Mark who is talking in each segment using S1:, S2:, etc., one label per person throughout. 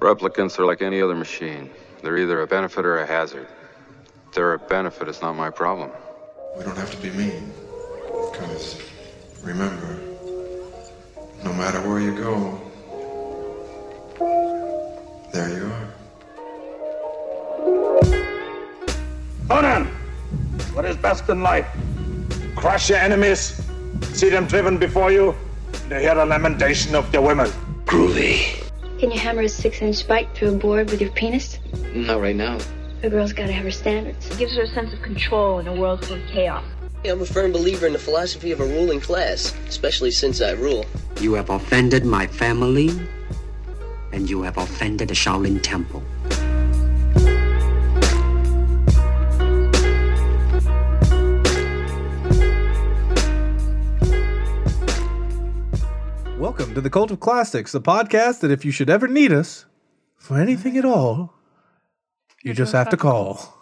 S1: Replicants are like any other machine. They're either a benefit or a hazard. They're a benefit, it's not my problem.
S2: We don't have to be mean. Because, remember, no matter where you go, there you are.
S3: Conan, what is best in life? Crush your enemies, see them driven before you, and to hear the lamentation of their women.
S4: Groovy.
S5: Can you hammer a six inch spike through a board with your penis?
S4: Not right now.
S5: A girl's gotta have her standards.
S6: It gives her a sense of control in a world full of chaos.
S7: Yeah, I'm a firm believer in the philosophy of a ruling class, especially since I rule.
S8: You have offended my family, and you have offended the Shaolin Temple.
S9: Welcome to the Cult of Classics, the podcast that if you should ever need us for anything at all, you just have to call.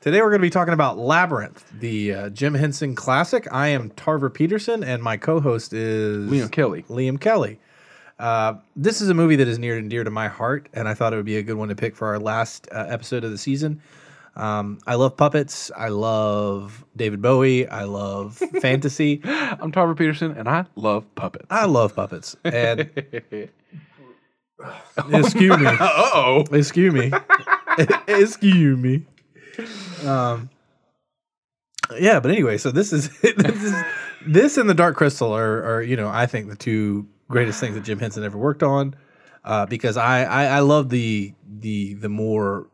S9: Today we're going to be talking about Labyrinth, the uh, Jim Henson classic. I am Tarver Peterson, and my co-host is
S10: Liam Kelly.
S9: Liam Kelly. Uh, this is a movie that is near and dear to my heart, and I thought it would be a good one to pick for our last uh, episode of the season. Um, I love puppets. I love David Bowie. I love fantasy.
S10: I'm Tarver Peterson, and I love puppets.
S9: I love puppets. And excuse me. Uh oh. Excuse me. excuse me. Um. Yeah, but anyway, so this is this is this and the Dark Crystal are are you know I think the two greatest things that Jim Henson ever worked on, uh, because I I, I love the the the more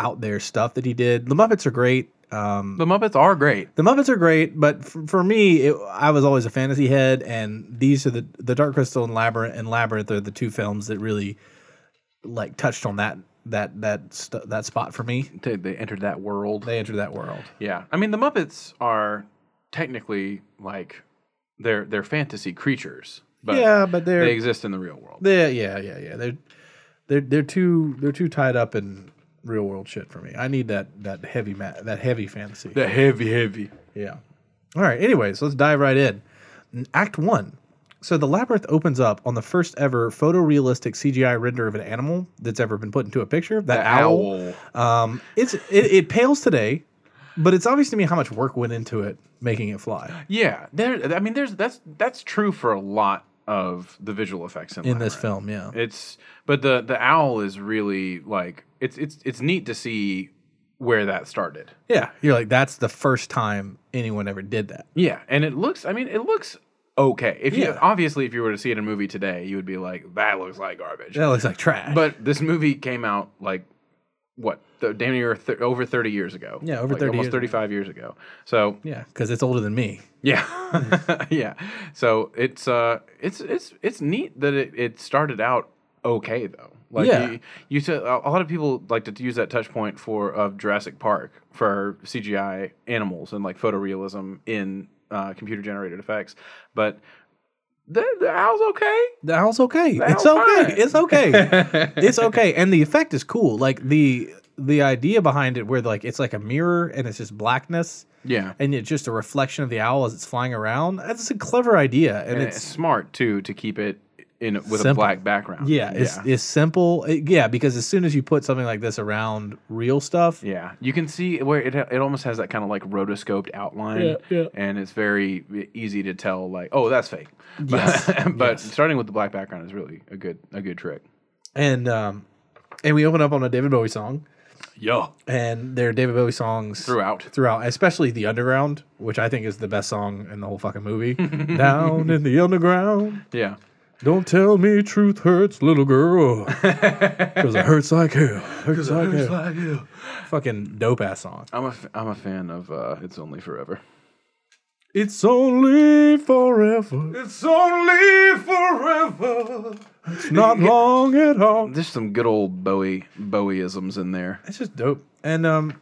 S9: out there stuff that he did. The Muppets are great. Um,
S10: the Muppets are great.
S9: the Muppets are great, but for, for me, it, I was always a fantasy head, and these are the the Dark Crystal and Labyrinth and Labyrinth are the two films that really like touched on that that that st- that spot for me.
S10: They, they entered that world.
S9: They entered that world.
S10: yeah, I mean the Muppets are technically like they're they're fantasy creatures, but
S9: yeah, but they're
S10: they
S9: they
S10: exist in the real world.
S9: yeah yeah yeah they're they're they're too they're too tied up in real world shit for me. I need that that heavy ma- that heavy fantasy.
S10: They're heavy, heavy.
S9: Yeah. All right. Anyways, let's dive right in. Act one. So the labyrinth opens up on the first ever photorealistic CGI render of an animal that's ever been put into a picture. That
S10: The
S9: owl.
S10: owl.
S9: Um, it's it, it pales today, but it's obvious to me how much work went into it making it fly
S10: Yeah, there. I mean, there's that's that's true for a lot of the visual effects in,
S9: in this
S10: Labyrinth.
S9: film. Yeah.
S10: It's but the the owl is really like it's it's it's neat to see where that started.
S9: Yeah. You're like that's the first time anyone ever did that.
S10: Yeah, and it looks. I mean, it looks okay. If you
S9: Yeah.
S10: obviously, if you were to see it in a movie today, you would be like, "That looks like garbage."
S9: That looks like trash.
S10: But this movie came out like what, th- damn near th- over thirty years ago.
S9: Yeah, over
S10: Like,
S9: 30
S10: almost
S9: years ago.
S10: thirty-five years ago. So
S9: yeah, because it's older than me.
S10: yeah, yeah. So it's uh, it's it's it's neat that it, it started out okay though. Like
S9: Yeah.
S10: you, you said a a lot of people like to use that touch point for of Jurassic Park for CGI animals and like photorealism in uh, computer generated effects, but the, the owl's okay.
S9: The owl's okay.
S10: The
S9: it's
S10: owl's
S9: okay.
S10: fine.
S9: It's okay. it's okay. And the effect is cool. Like the the idea behind it, where like it's like a mirror and it's just blackness,
S10: Yeah,
S9: and it's just a reflection of the owl as it's flying around. That's a clever idea, and,
S10: and it's,
S9: it's,
S10: smart too to keep it in with
S9: Simple.
S10: a black background.
S9: yeah, it's
S10: yeah.
S9: it's simple. It- yeah, because as soon as you put something like this around real stuff,
S10: Yeah. You can see where it it almost has that kind of like rotoscoped outline,
S9: Yeah, yeah.
S10: and it's very e, easy to tell. Like, oh, that's fake. But, but starting with the black background is really a good a good trick.
S9: and um, and we open up on a David Bowie song,
S10: Yeah.
S9: and there are David Bowie songs
S10: Throughout.
S9: throughout, especially the underground, which I think is the best song in the whole fucking movie. Down in the underground.
S10: Yeah.
S9: Don't tell me truth hurts, little girl. Because it hurts like hell. Hurts like hell. Fucking dope ass song.
S10: I'm a f- I'm a fan of uh, It's Only Forever.
S9: It's only forever.
S10: It's only forever.
S9: It's not long at all.
S10: There's some good old Bowie Bowieisms in there.
S9: It's just dope. And um,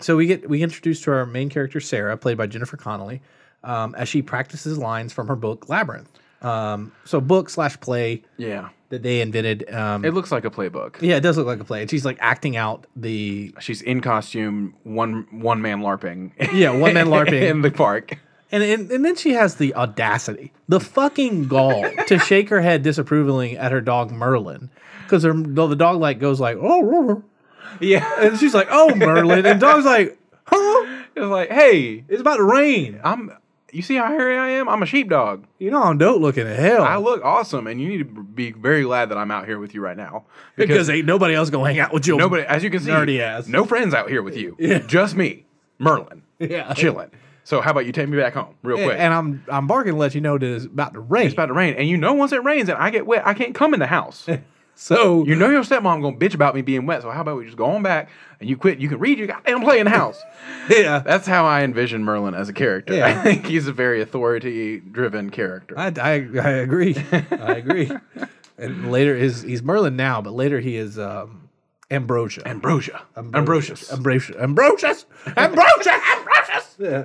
S9: so we get we get introduced to our main character Sarah, played by Jennifer Connelly, um, as she practices lines from her book Labyrinth. Um, so book slash play
S10: Yeah.
S9: that they invented. Um,
S10: It looks like a playbook.
S9: yeah, it does look like a play. And she's like acting out the
S10: She's in costume, one one man larping.
S9: yeah one man larping
S10: in the park.
S9: And, and and then she has the audacity, the fucking gall, to shake her head disapprovingly at her dog Merlin, because her though the dog like goes like oh, roar, roar."
S10: Yeah.
S9: and she's like oh Merlin, and dog's like huh,
S10: It's like, hey,
S9: it's about to rain.
S10: I'm. You see how hairy I am? I'm a sheepdog.
S9: You know I'm dope looking as hell.
S10: I look awesome, and you need to be very glad that I'm out here with you right now
S9: because ain't nobody else gonna hang out with you.
S10: nobody, as you can see,
S9: Nerdy ass.
S10: no friends out here with you. Just me, Merlin,
S9: Yeah.
S10: chilling. So how about you take me back home real
S9: And-
S10: quick?
S9: And I'm I'm barking to let you know that it's about to rain.
S10: it's about to rain, and you know once it rains and I get wet, I can't come in the house.
S9: so
S10: You know your stepmom gonna bitch about me being wet, so how about we just go on back and you quit? You can read your goddamn play in the house.
S9: yeah.
S10: That's how I envision Merlin as a character.
S9: Yeah.
S10: I think he's a very authority-driven character.
S9: I, I, I agree. I agree. And later is he's Merlin now, but later he is um, Ambrosia.
S10: Ambrosia, Ambrosius.
S9: Ambrosia. Ambrosius. Ambrosia. Ambrosius. Yeah.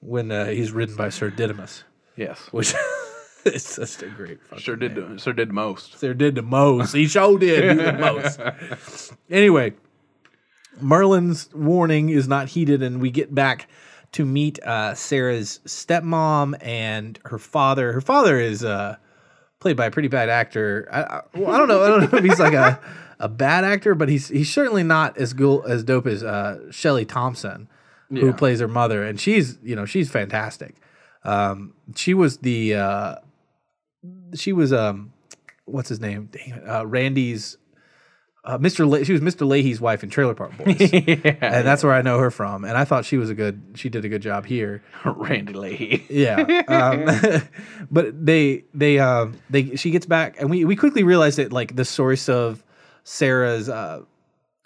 S9: When uh, he's ridden by Sir Didymus,
S10: yes,
S9: which is such a great fucking
S10: sure did. do- Sure did most.
S9: Sir did the most. He sure did do the most. Anyway, Merlin's warning is not heeded, and we get back to meet uh, Sarah's stepmom and her father. Her father is uh, played by a pretty bad actor. I, I, well, I don't know. I don't know if he's like a, a bad actor, but he's he's certainly not as cool as dope as uh, Shelley Thompson, who
S10: Yeah.
S9: plays her mother, and she's you know she's fantastic. Um, she was the uh, she was um what's his name? Dang it, uh, Randy's uh, Mr. La- she was Mr. Leahy's wife in Trailer Park Boys, and that's where I know her from. And I thought she was a good. She did a good job here.
S10: Randy Leahy.
S9: Yeah, um, but they they um they she gets back, and we we quickly realize that like the source of Sarah's uh,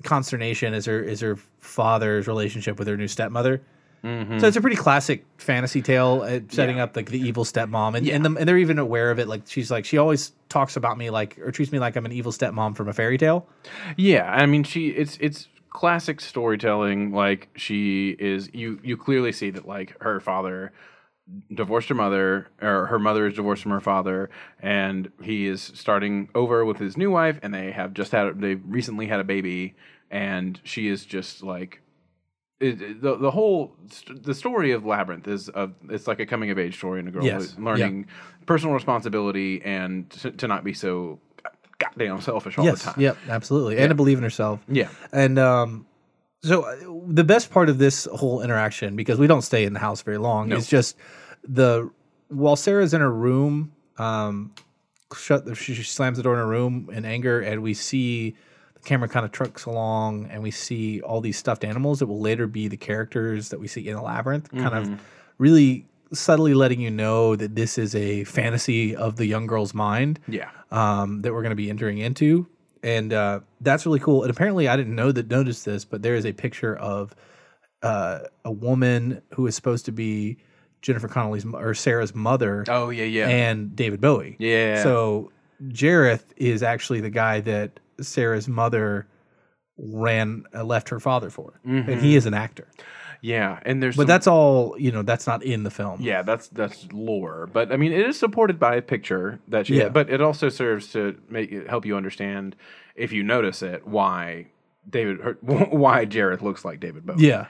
S9: consternation is her is her father's relationship with her new stepmother.
S10: Mm-hmm.
S9: So it's a pretty classic fantasy tale uh, setting up like the evil stepmom, and and, the, and they're even aware of it. Like she's like she always talks about me like or treats me like I'm an evil stepmom from a fairy tale.
S10: Yeah, I mean, she it's it's classic storytelling. Like she is, you you clearly see that like her father divorced her mother, or her mother is divorced from her father, and he is starting over with his new wife, and they have just had they have recently had a baby, and she is just like. It, it- the the whole st- the story of labyrinth is of it's like a coming of age story and a girl
S9: Yes,
S10: who's learning personal responsibility and to, to not be so goddamn selfish all the time.
S9: Yep, absolutely. And to believe in herself.
S10: Yeah.
S9: And um, so uh, the best part of this whole interaction, because we don't stay in the house very long, is just the while Sarah's in her room, um, shut the, she, she slams the door in her room in anger, and we see the camera kind of trucks along, and we see all these stuffed animals that will later be the characters that we see in the labyrinth, kind of really subtly letting you know that this is a fantasy of the young girl's mind
S10: Yeah.
S9: um, that we're going to be entering into, and uh, that's really cool. And apparently, I didn't know that notice this, but there is a picture of uh, a woman who is supposed to be Jennifer Connelly's mo- or Sarah's mother,
S10: Oh yeah, yeah.
S9: and David Bowie.
S10: Yeah.
S9: So Jareth is actually the guy that Sarah's mother ran uh, left her father for, and he is an actor.
S10: Mm-hmm. yeah, and there's
S9: But
S10: some-
S9: that's all you know. That's not in the film.
S10: yeah, that's that's lore. But I mean, it is supported by a picture that she.
S9: Yeah.
S10: But it also serves to make help you understand if you notice it why David her, why Jareth looks like David Bowie.
S9: Yeah.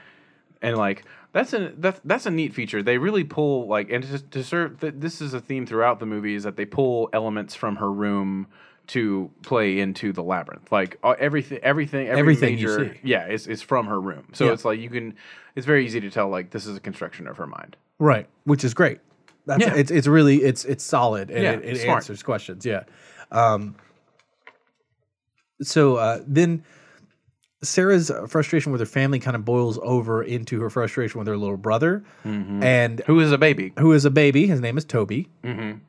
S10: and like that's a that's that's a neat feature. They really pull like and to, to serve th- this is a theme throughout the movie is that they pull elements from her room to play into the labyrinth. Like uh, everything, everything, every
S9: Everything you
S10: major,
S9: see.
S10: yeah, is is from her room. So it's like you can, it's very easy to tell like this is a construction of her mind.
S9: right which is great that's
S10: Yeah.
S9: it's it's really it's it's solid and
S10: Yeah,
S9: it, it
S10: smart.
S9: answers questions yeah um so uh then sarah's uh, frustration with her family kind of boils over into her frustration with her little brother and
S10: Mm-hmm. Who is a baby? Mm-hmm.
S9: who is a baby. His name is Toby.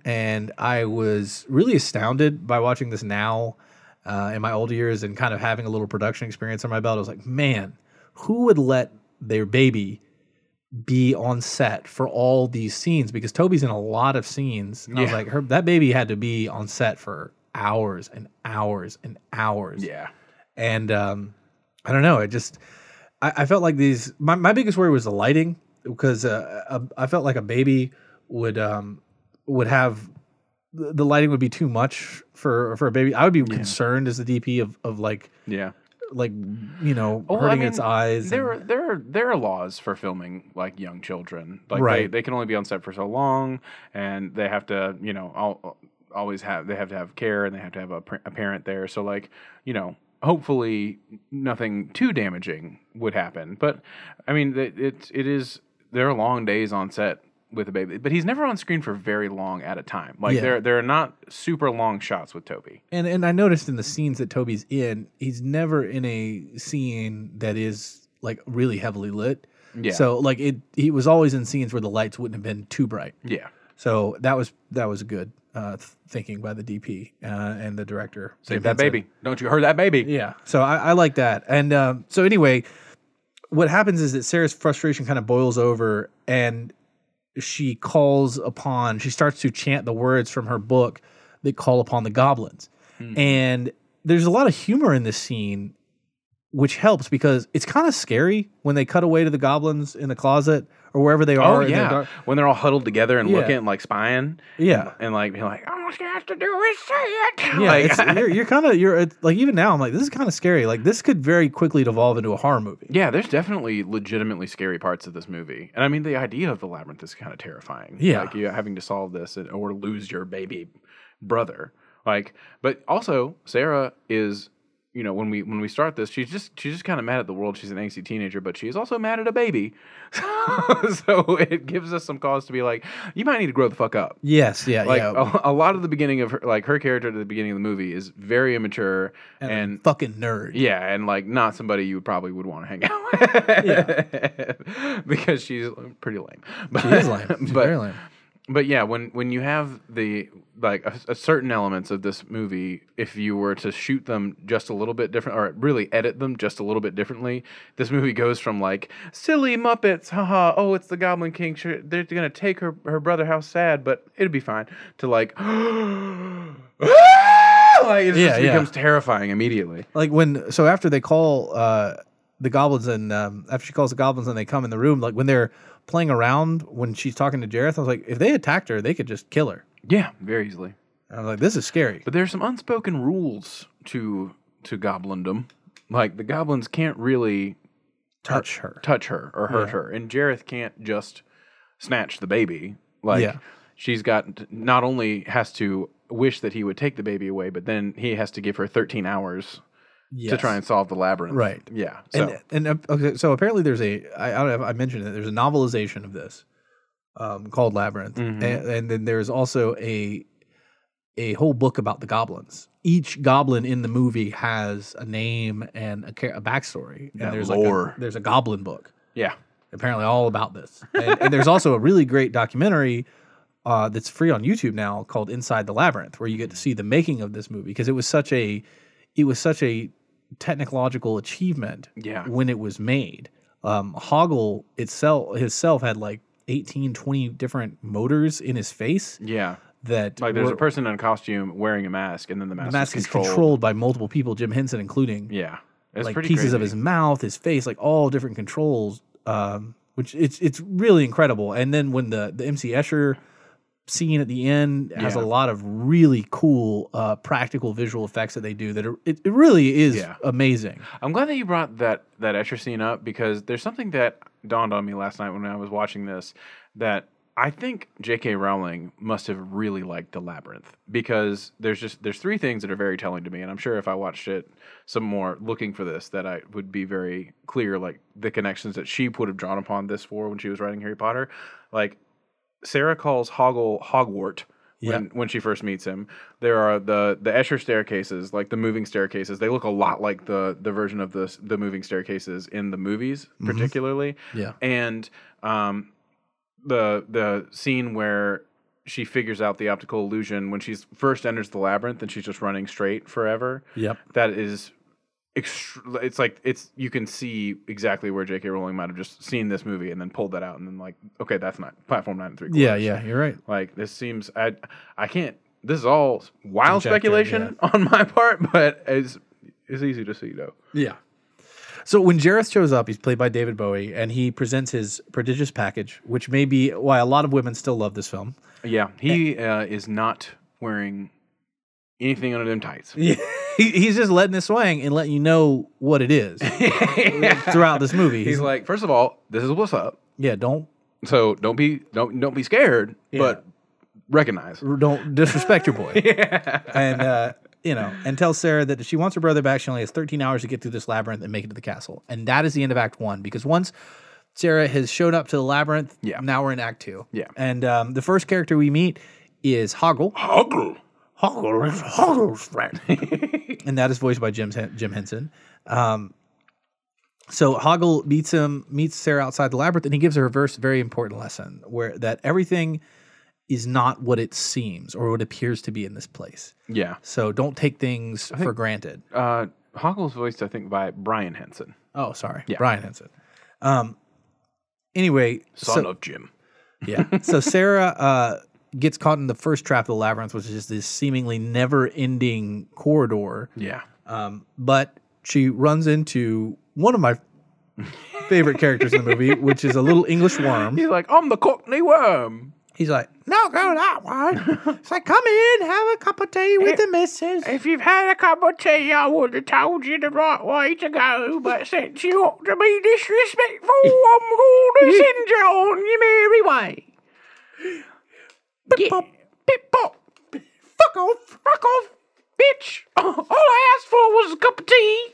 S9: And I was really astounded by watching this now uh, in my older years and kind of having a little production experience on my belt. I was like, man, who would let their baby be on set for all these scenes? Because Toby's in a lot of scenes. And I was
S10: Yeah.
S9: like, her, that baby had to be on set for hours and hours and hours
S10: Yeah,
S9: and um, I don't know. It just I, I felt like these. My, my biggest worry was the lighting because uh, a- I felt like a baby would um, would have the the lighting would be too much for for a baby. I would be concerned as the DP of of like
S10: yeah.
S11: like you know
S9: Well, I
S11: hurting
S9: mean,
S11: its eyes.
S9: There
S11: and-
S9: are there are there are laws for filming like young children. Like
S11: Right.
S9: they, they can only be on set for so long, and they have to you know al- always have they have to have care and they have to have a, par- a parent there. So like you know. Hopefully, nothing too damaging would happen. But I mean, it, it it is there are long days on set with a baby, but he's never on screen for very long at a time. Like
S11: Yeah.
S9: there there are not super long shots with Toby.
S11: and and I noticed in the scenes that Toby's in, he's never in a scene that is like really heavily lit.
S9: Yeah.
S11: So like it, he was always in scenes where the lights wouldn't have been too bright.
S9: Yeah.
S11: So that was that was good uh, th- thinking by the DP uh, and the director.
S9: Save
S11: Jim
S9: that
S11: Henson.
S9: baby. Don't you hurt that baby?
S11: Yeah. So I, I like that. And um, so anyway, what happens is that Sarah's frustration kind of boils over and she calls upon, she starts to chant the words from her book that call upon the goblins. And there's a lot of humor in this scene, which helps because it's kind of scary when they cut away to the goblins in the closet or wherever they
S9: Oh
S11: are. in the
S9: yeah,
S11: dark-
S9: when they're all huddled together and
S11: Yeah.
S9: looking and like spying,
S11: Yeah.
S9: and like being like, "All you have to do is say it."
S11: Yeah,
S9: Like,
S11: it's, you're, you're kind of you're it's- like even now I'm like this is kind of scary. Like this could very quickly devolve into a horror movie.
S9: yeah. There's definitely legitimately scary parts of this movie, and I mean the idea of the labyrinth is kind of terrifying.
S11: Yeah.
S9: like you having to solve this and, or lose your baby brother. Like, but also Sarah is, you know, when we when we start this, she's just she's just kind of mad at the world. She's an angsty teenager, but she's also mad at a baby. so it gives us some cause to be like, you might need to grow the fuck up.
S11: Yes, yeah,
S9: like
S11: yeah.
S9: a, a lot of the beginning of her like her character at the beginning of the movie is very immature and,
S11: fucking nerd.
S9: yeah and like not somebody you probably would want to hang out with because she's pretty lame but,
S11: She is lame. She's
S9: but
S11: very lame.
S9: but yeah when when you have the like a, a certain elements of this movie if you were to shoot them just a little bit different or really edit them just a little bit differently this movie goes from like silly muppets haha oh it's the goblin king sure, they're gonna take her her brother how sad but it'll be fine to like like it
S11: Yeah,
S9: just
S11: yeah.
S9: becomes terrifying immediately
S11: Like when so after they call uh the goblins and um, after she calls the goblins and they come in the room, like when they're playing around when she's talking to Jareth, I was like, if they attacked her, they could just kill her.
S9: yeah very easily
S11: And I was like, this is scary.
S9: But there's some unspoken rules to to goblindom. Like the goblins can't really uh,
S11: Touch her.
S9: touch her or hurt
S11: Yeah.
S9: her, and Jareth can't just snatch the baby. Like
S11: Yeah.
S9: she's got not only has to wish that he would take the baby away, but then he has to give her 13 hours to
S11: Yes.
S9: try and solve the labyrinth.
S11: Right.
S9: Yeah. So
S11: And, and uh, okay, so apparently there's a I, I don't know if I mentioned it. There's a novelization of this um, called Labyrinth,
S9: Mhm.
S11: and, and then there's also a a whole book about the goblins. Each goblin in the movie has a name and a, cha- a backstory, and
S9: That
S11: there's
S9: lore.
S11: like a, there's a goblin book
S9: yeah.
S11: apparently all about this. And, and there's also a really great documentary uh, that's free on YouTube now called Inside the Labyrinth, where you get to see the making of this movie because it was such a it was such a technological achievement
S9: Yeah.
S11: when it was made. Um, Hoggle itself himself had like 18, 20 different motors in his face
S9: Yeah.
S11: that
S9: Like there's
S11: were-
S9: a person in a costume wearing a mask, and then the mask,
S11: the mask
S9: is
S11: is
S9: controlled.
S11: controlled by multiple people, Jim Henson including.
S9: Yeah. It's
S11: like
S9: pretty
S11: pieces of
S9: crazy.
S11: his mouth, his face, like all different controls. Um, which it's it's really incredible. And then when the the MC Escher scene at the end has
S9: Yeah.
S11: a lot of really cool uh, practical visual effects that they do that are it, it really is
S9: Yeah.
S11: amazing.
S9: I'm glad that you brought that that Escher scene up because there's something that dawned on me last night when I was watching this that I think J.K. Rowling must have really liked The Labyrinth because there's just there's three things that are very telling to me, and I'm sure if I watched it some more looking for this, that I would be very clear like the connections that she would have drawn upon this for when she was writing Harry Potter, like Sarah calls Hoggle Hogwart when, when she first meets him. There are the the Escher staircases, like the moving staircases. They look a lot like the the version of the s- the moving staircases in the movies, particularly.
S11: Mm-hmm. Yeah.
S9: And um, the the scene where she figures out the optical illusion when she's first enters the labyrinth and she's just running straight forever.
S11: Yep.
S9: That is extr it's like it's you can see exactly where J.K. Rowling might have just seen this movie and then pulled that out and then like okay that's not platform nine and three
S11: Yeah,
S9: quarters.
S11: yeah, you're right.
S9: like this seems I I can't this is all wild
S11: Conjecture,
S9: speculation on my part but it's it's easy to see though
S11: Yeah. So when Jareth shows up, he's played by David Bowie, and he presents his prodigious package, which may be why a lot of women still love this film.
S9: yeah he uh, is not wearing anything under them tights he, he's just letting it swing and letting you know what it is throughout this movie.
S10: He's like, first of all, this is what's up.
S9: yeah, don't
S10: So don't be don't don't be scared, but recognize.
S9: don't disrespect your boy. And uh, you know, and tell Sarah that if she wants her brother back, she only has 13 hours to get through this labyrinth and make it to the castle. And that is the end of Act One because once Sarah has shown up to the labyrinth,
S10: Yeah.
S9: now we're in Act Two.
S10: Yeah.
S9: and um, the first character we meet is Hoggle.
S10: Hoggle.
S9: Hoggle is Hoggle's friend, and that is voiced by Jim Hen- Jim Henson. Um, so Hoggle meets him, meets Sarah outside the labyrinth, and he gives her a verse, very important lesson where that everything is not what it seems or what appears to be in this place.
S10: Yeah.
S9: So don't take things for granted.
S10: Uh, Hoggle's voiced, I think, by Brian Henson,
S9: Oh, sorry,
S10: Yeah.
S9: Brian Henson. Um, anyway,
S10: son
S9: so,
S10: of Jim.
S9: yeah. So Sarah uh, gets caught in the first trap of the labyrinth, which is just this seemingly never-ending corridor. Um,
S10: Yeah.
S9: but she runs into one of my favorite characters in the movie, which is a little English worm.
S10: He's like, I'm the Cockney worm.
S9: He's like, "No, go that way." It's like, "Come in, have a cup of tea with the missus."
S10: If you've had a cup of tea, I would have told you the right way to go, but since you ought to be disrespectful, I'm going to send you on your merry way. Pip pop. Pip pop. Fuck off. Fuck off. Bitch. All I asked for was a cup of tea.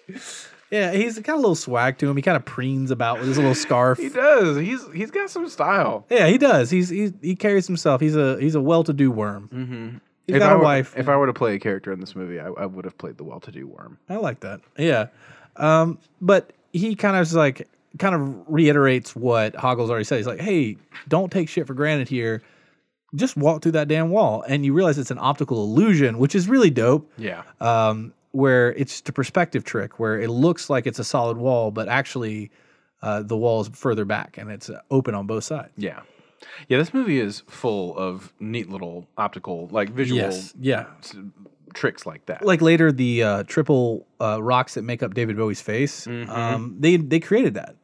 S9: Yeah, he's got a little swag to him. He kind of preens about with his little scarf.
S10: He does. He's He's got some style.
S9: yeah, he does. He's, he's he carries himself. He's a he's a well-to-do worm. Mm-hmm. He's
S10: if
S9: got
S10: I
S9: a
S10: were,
S9: wife.
S10: If I were to play a character in this movie, I, I would have played the well-to-do worm.
S9: I like that. Yeah. Um, but he kind of is like kind of reiterates what Hoggle's already said. He's like, hey, don't take shit for granted here. Just walk through that damn wall. And you realize it's an optical illusion, which is really dope.
S10: Yeah.
S9: Um, where it's just a perspective trick where it looks like it's a solid wall, but actually uh, the wall is further back and it's uh, open on both sides.
S10: Yeah. Yeah, this movie is full of neat little optical, like visual
S9: Yeah.
S10: s- tricks like that.
S9: Like later, the uh, triple uh, rocks that make up David Bowie's face, um, they they created that.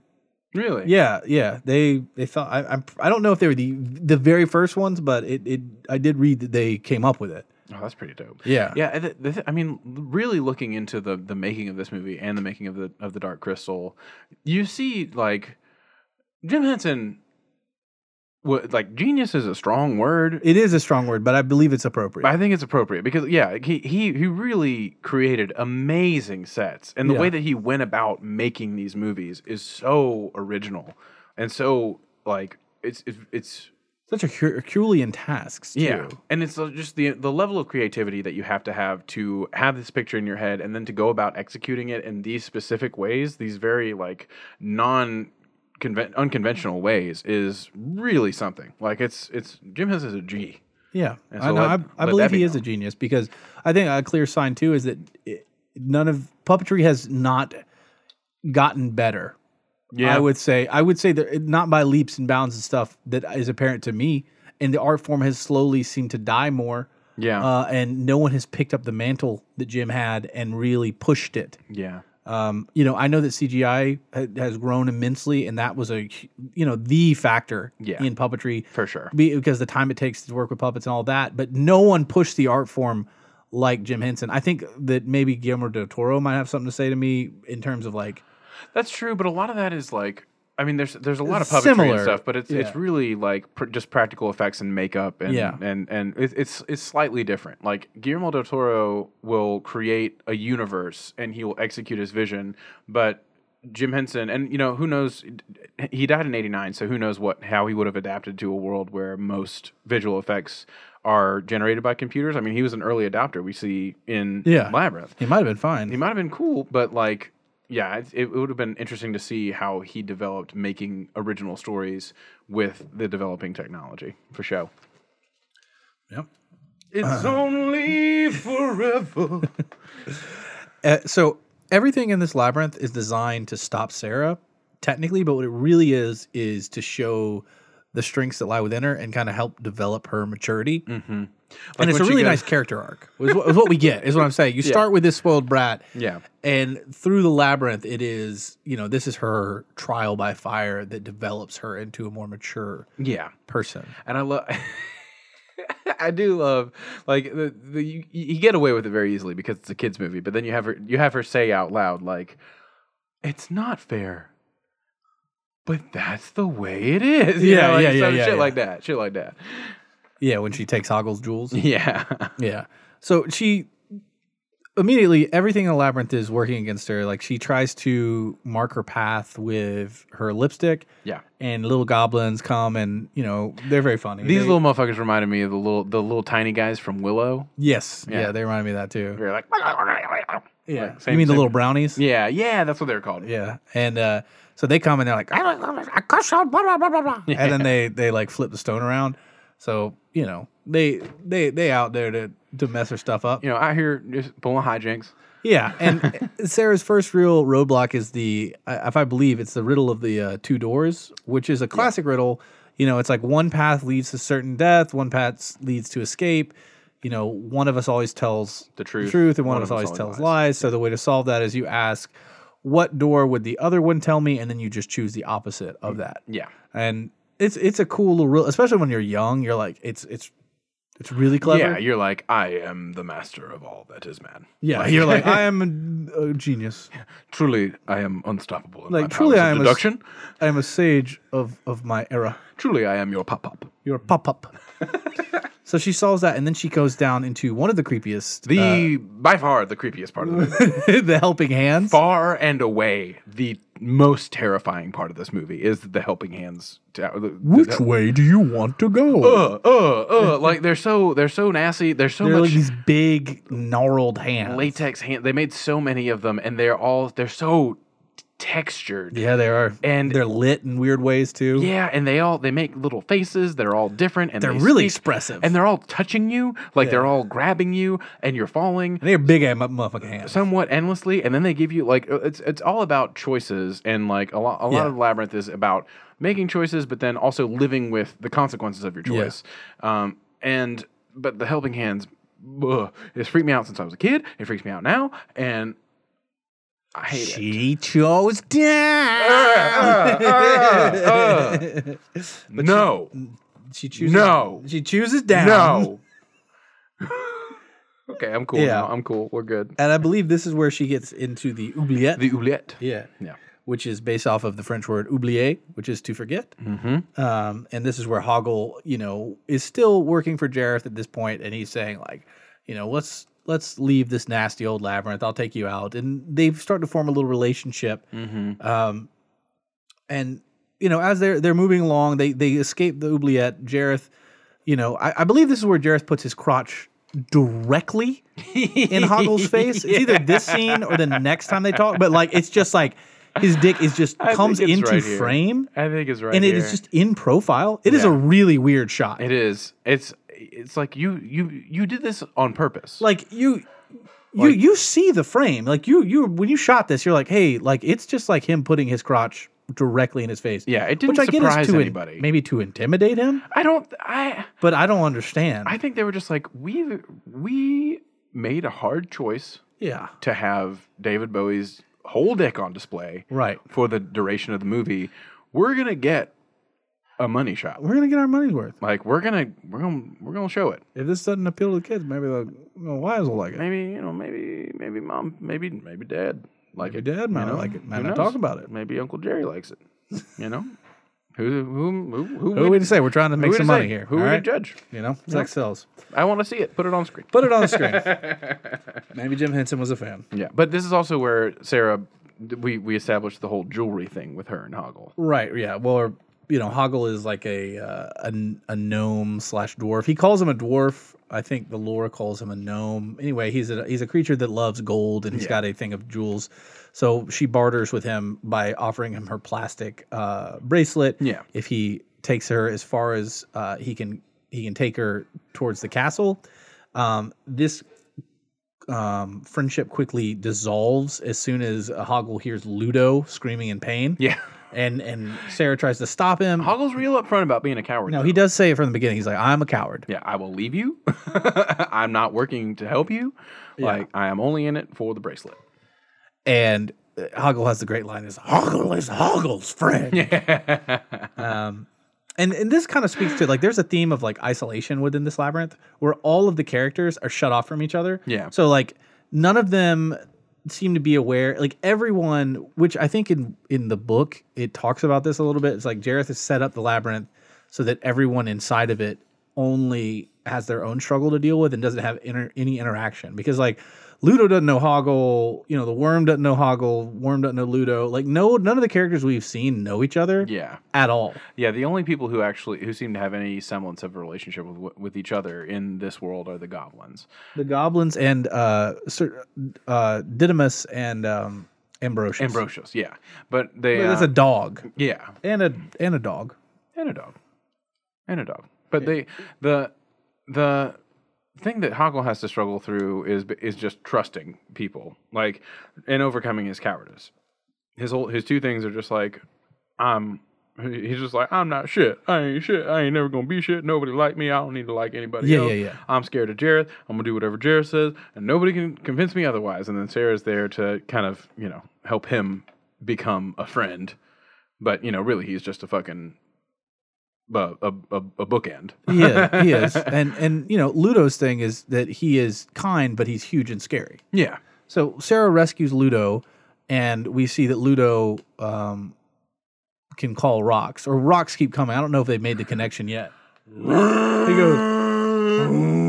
S10: Mm-hmm. really?
S9: Yeah, yeah. They they thought I I'm, I don't know if they were the the very first ones, but it, it I did read that they came up with it.
S10: Oh, that's pretty dope.
S9: Yeah.
S10: Yeah. and th- th- I mean, really looking into the the making of this movie and the making of the of the Dark Crystal, you see like Jim Henson. wa- Like genius is a strong word.
S9: It is a strong word, but I believe it's appropriate.
S10: But I think it's appropriate because yeah, he he he really created amazing sets, and the
S9: Yeah.
S10: way that he went about making these movies is so original, and so like it's it's, it's
S9: Such a Her- Herculean tasks. Too.
S10: yeah, and it's uh, just the the level of creativity that you have to have to have this picture in your head, and then to go about executing it in these specific ways, these very like non. Conven- unconventional ways is really something. Like it's it's Jim Henson is a G.
S9: yeah.
S10: And
S9: I
S10: so
S9: know.
S10: let-
S9: I,
S10: let
S9: I
S10: that
S9: believe
S10: be
S9: he is a
S10: known.
S9: genius because I think a clear sign too is that it, none of puppetry has not gotten better. I would say I would say that it- not by leaps and bounds and stuff that is apparent to me, and the art form has slowly seemed to die more.
S10: Yeah.
S9: uh, and no one has picked up the mantle that Jim had and really pushed it.
S10: yeah.
S9: Um, you know, I know that CGI ha- has grown immensely, and that was a hu- you know the factor
S10: Yeah.
S9: in puppetry
S10: For sure.
S9: be- because the time it takes to work with puppets and all that. But no one pushed the art form like Jim Henson. I think that maybe Guillermo del Toro might have something to say to me in terms of like
S10: That's true, but a lot of that is like I mean, there's there's a lot of puppetry
S9: Similar,
S10: and stuff, but it's it's
S9: yeah.
S10: really like pr- just practical effects and makeup and
S9: Yeah.
S10: and and it, it's it's slightly different. Like Guillermo del Toro will create a universe and he will execute his vision, but Jim Henson and you know who knows he died in 89 so who knows what how he would have adapted to a world where most visual effects are generated by computers I mean he was an early adopter we see in
S9: Yeah.
S10: Labyrinth
S9: he might have been fine.
S10: he might have been cool, but like, yeah, it, it would have been interesting to see how he developed making original stories with the developing technology for show.
S9: Yep.
S10: It's only forever.
S9: Uh, so everything in this labyrinth is designed to stop Sarah, technically, but what it really is is to show the strengths that lie within her and kind of help develop her maturity.
S10: Mm-hmm.
S9: and it's
S10: when
S9: a
S10: she
S9: really
S10: goes-
S9: nice character arc. Is what, is what we get. Is what I'm saying. You start with this spoiled brat.
S10: Yeah.
S9: And through the labyrinth, it is you know this is her trial by fire that develops her into a more mature
S10: yeah,
S9: person.
S10: and I love. I do love like the, the you, you get away with it very easily because it's a kids movie, but then you have her you have her say out loud like, "It's not fair." But that's the way it is. You
S9: Yeah,
S10: know, like,
S9: yeah, yeah,
S10: some
S9: yeah,
S10: Shit
S9: yeah.
S10: like that. Shit like that.
S9: Yeah, when she takes Hoggle's jewels.
S10: Yeah.
S9: Yeah. So she immediately everything in the labyrinth is working against her. Like she tries to mark her path with her lipstick.
S10: Yeah.
S9: And little goblins come and you know they're very funny.
S10: These
S9: They-
S10: little motherfuckers reminded me of the little the little tiny guys from Willow.
S9: yes, yeah.
S10: Yeah.
S9: they remind me of that too.
S10: They're like,
S9: Yeah,
S10: like, same-
S9: you mean the
S10: same-
S9: little brownies?
S10: yeah, yeah, that's what they're called.
S9: yeah. And uh, so they come and they're like, I don't, I cuss out, blah blah blah blah blah, and then they they like flip the stone around. So you know they they they out there to to mess her stuff up.
S10: You know, out here just pulling hijinks.
S9: Yeah, and Sarah's first real roadblock is the, I- if I believe, it's the riddle of the uh, two doors, which is a classic riddle. You know, it's like one path leads to certain death, one path leads to escape. You know, one of us always tells
S10: The truth,
S9: and one, of us always, tells lies. So the way to solve that is you ask, what door would the other one tell me, and then you just choose the opposite of that.
S10: Yeah.
S9: And it's it's a cool little, riddle, especially when you're young. You're like, it's it's it's really clever.
S10: Yeah, you're like, I am the master of all that is man.
S9: yeah.
S10: Like-
S9: you're like, I am a, a genius.
S10: truly, I am unstoppable. In my
S9: Like, truly,
S10: powers of
S9: I am a s-
S10: deduction.
S9: I am a sage of, of my era.
S10: truly, I am your pop pop.
S9: You're a pop up. so she solves that, and then she goes down into one of the creepiest
S10: The by far the creepiest part of the movie.
S9: uh, the helping hands.
S10: far and away the most terrifying part of this movie is the helping hands. ta- the- the-
S9: Which way do you want to go?
S10: uh, uh, uh, like they're so they're so nasty. There's so
S9: They're like
S10: much
S9: these big gnarled hands.
S10: latex hand. They made so many of them, and they're all they're so textured.
S9: Yeah, they are,
S10: And-
S9: they're lit in weird ways too.
S10: Yeah, and they all they make little faces. They're all different, and
S9: They're
S10: they
S9: really
S10: sneak,
S9: expressive.
S10: and they're all touching you, like they're all grabbing you, and you're falling.
S9: And they're big ass mu- motherfucking hands.
S10: somewhat endlessly and then they give you like uh, it's it's all about choices and like a lot a lot
S9: Yeah.
S10: of labyrinth is about making choices but then also living with the consequences of your
S9: Yeah.
S10: choice um and but the helping hands ugh, it's freaked me out since i was a kid it freaks me out now and i hate it
S9: she chose down.
S10: no
S9: She chooses.
S10: No.
S9: She chooses down.
S10: no okay i'm cool
S9: Yeah.
S10: now. i'm cool we're good
S9: And I believe this is where she gets into the oubliette.
S10: the oubliette
S9: yeah.
S10: yeah
S9: which is based off of the French word oublier, which is to forget. Mm-hmm. Um, and this is where Hoggle, you know, is still working for Jareth at this point, and he's saying like, you know, let's let's leave this nasty old labyrinth. I'll take you out, and they've started to form a little relationship. Um, and you know, as they're they're moving along, they they escape the oubliette. Jareth, you know, I, I believe this is where Jareth puts his crotch directly in Hoggle's face. It's either this scene or the next time they talk, but like it's just like his dick is just
S10: think
S9: comes
S10: it's
S9: into
S10: right here.
S9: frame
S10: i think it's right
S9: and it is
S10: here.
S9: just in profile. It is a
S10: Yeah.
S9: really weird shot.
S10: It is. It's it's like you you you did this on purpose.
S9: Like you you you see the frame. Like you you when you shot this, you're like, hey, like it's just like him putting his crotch directly in his face.
S10: Yeah, it didn't
S9: is
S10: surprise
S9: to in-
S10: anybody.
S9: maybe to intimidate him,
S10: I don't I
S9: but I don't understand.
S10: I think they were just like we we made a hard choice
S9: yeah.
S10: to have David Bowie's whole dick on display
S9: Right.
S10: for the duration of the movie. We're going to get a money shot.
S9: We're gonna get our money's worth.
S10: Like we're going to we're going to we're going to show it.
S9: If this doesn't appeal to the kids, maybe the wives will like it.
S10: Maybe, you know, maybe maybe mom, maybe maybe dad like
S9: Maybe
S10: it.
S9: dad
S10: you
S9: might
S10: know?
S9: like it, might
S10: Who
S9: not
S10: knows?
S9: talk about it.
S10: Maybe Uncle Jerry likes it. You know? Who who who
S9: Who are we to say? We're trying to
S10: Who
S9: make
S10: we to
S9: some money
S10: say?
S9: here.
S10: Who
S9: all
S10: would
S9: right?
S10: judge?
S9: You know, sex sells.
S10: I want to see it. Put it on screen.
S9: Put it on the screen. Maybe Jim Henson was a fan.
S10: Yeah, but this is also where Sarah, we we established the whole jewelry thing with her and Hoggle.
S9: Right. Yeah. Well, or, you know, Hoggle is like a, uh, a n- a gnome slash dwarf. He calls him a dwarf. I think the lore calls him a gnome. Anyway, he's a he's a creature that loves gold and he's got a thing of jewels. So she barters with him by offering him her plastic uh, bracelet.
S10: Yeah.
S9: If he takes her as far as uh, he can, he can take her towards the castle. Um, this um, friendship quickly dissolves as soon as uh, Hoggle hears Ludo screaming in pain
S10: Yeah,
S9: and and Sarah tries to stop him.
S10: Hoggle's real upfront about being a coward.
S9: no,
S10: though.
S9: he does say it from the beginning. He's like, "I'm a coward."
S10: Yeah, I will leave you. I'm not working to help you. Like I am only in it for the bracelet.
S9: And uh, Hoggle has the great line: "Is Hoggle is Hoggle's friend."
S10: Yeah,
S9: Um, and and this kind of speaks to like there's a theme of like isolation within this labyrinth where all of the characters are shut off from each other.
S10: Yeah.
S9: So like none of them seem to be aware. Like everyone, which I think in in the book it talks about this a little bit. It's like Jareth has set up the labyrinth so that everyone inside of it only has their own struggle to deal with and doesn't have inter- any interaction because like Ludo doesn't know Hoggle, you know, the worm doesn't know Hoggle, worm doesn't know Ludo. Like no none of the characters we've seen know each other
S10: Yeah.
S9: at all.
S10: Yeah, the only people who actually who seem to have any semblance of a relationship with with each other in this world are the goblins.
S9: The goblins and uh, Sir, uh, Didymus and um, Ambrosius.
S10: Ambrosius, yeah, but they
S9: That's a
S10: uh,
S9: dog
S10: yeah
S9: and a and a dog.
S10: and a dog and a dog. But they the the thing that Hoggle has to struggle through is is just trusting people, like and overcoming his cowardice. His whole his two things are just like I'm. He's just like I'm not shit. I ain't shit. I ain't never gonna be shit. Nobody like me. I don't need to like anybody
S9: Yeah,
S10: else.
S9: yeah, yeah.
S10: I'm scared of Jareth. I'm gonna do whatever Jareth says, and nobody can convince me otherwise. And then Sarah's there to kind of you know help him become a friend, but you know really he's just a fucking uh, a a, a bookend.
S9: Yeah, he is. And and you know, Ludo's thing is that he is kind, but he's huge and scary.
S10: Yeah.
S9: So Sarah rescues Ludo, and we see that Ludo um, can call rocks, or rocks keep coming. I don't know if they've made the connection yet. He goes,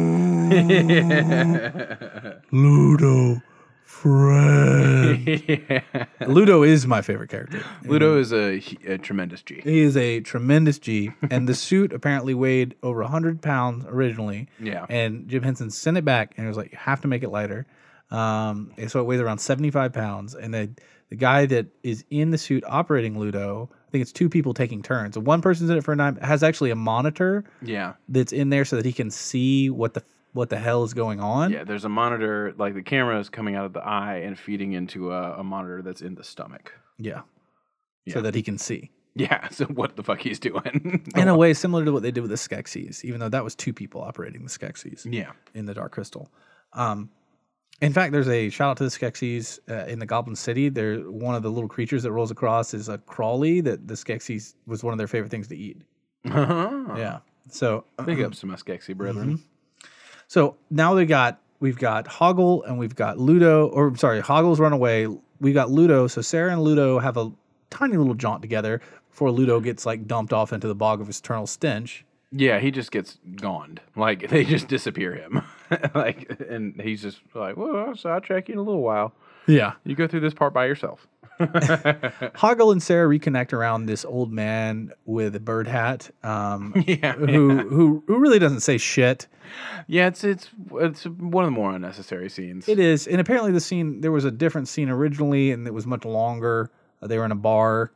S9: Ludo, friend. Ludo is my favorite character.
S10: Ludo is a, a tremendous G.
S9: He is a tremendous G, and the suit apparently weighed over 100 pounds originally.
S10: Yeah.
S9: And Jim Henson sent it back and it was like, you have to make it lighter. Um, and so it weighs around 75 pounds. And the, the guy that is in the suit operating Ludo, I think it's two people taking turns. One person's in it for a time, has actually a monitor
S10: Yeah.
S9: that's in there so that he can see what the what the hell is going on.
S10: Yeah, there's a monitor, like the camera is coming out of the eye and feeding into a, a monitor that's in the stomach.
S9: Yeah. So that he can see.
S10: Yeah, so what the fuck he's doing.
S9: In a way similar to what they did with the Skeksis, even though that was two people operating the Skeksis.
S10: yeah.
S9: in the Dark Crystal. Um, in fact, there's a shout out to the Skeksis uh, in the Goblin City. They're one of the little creatures that rolls across is a crawly that the Skeksis was one of their favorite things to eat. Yeah. So Mm-hmm.
S10: Big ups to my Skeksis brethren.
S9: so now they got we've got Hoggle and we've got Ludo, or sorry, Hoggle's run away. We've got Ludo. So Sarah and Ludo have a tiny little jaunt together before Ludo gets like dumped off into the bog of eternal stench.
S10: Yeah, he just gets goned. Like they just disappear him. like and he's just like, Well, so I'll track you in a little while.
S9: Yeah.
S10: You go through this part by yourself.
S9: Hoggle and Sarah reconnect around this old man with a bird hat, um,
S10: Yeah.
S9: who who who really doesn't say shit.
S10: Yeah, it's it's it's one of the more unnecessary scenes.
S9: It is, and apparently the scene there was a different scene originally, and it was much longer. Uh, they were in a bar,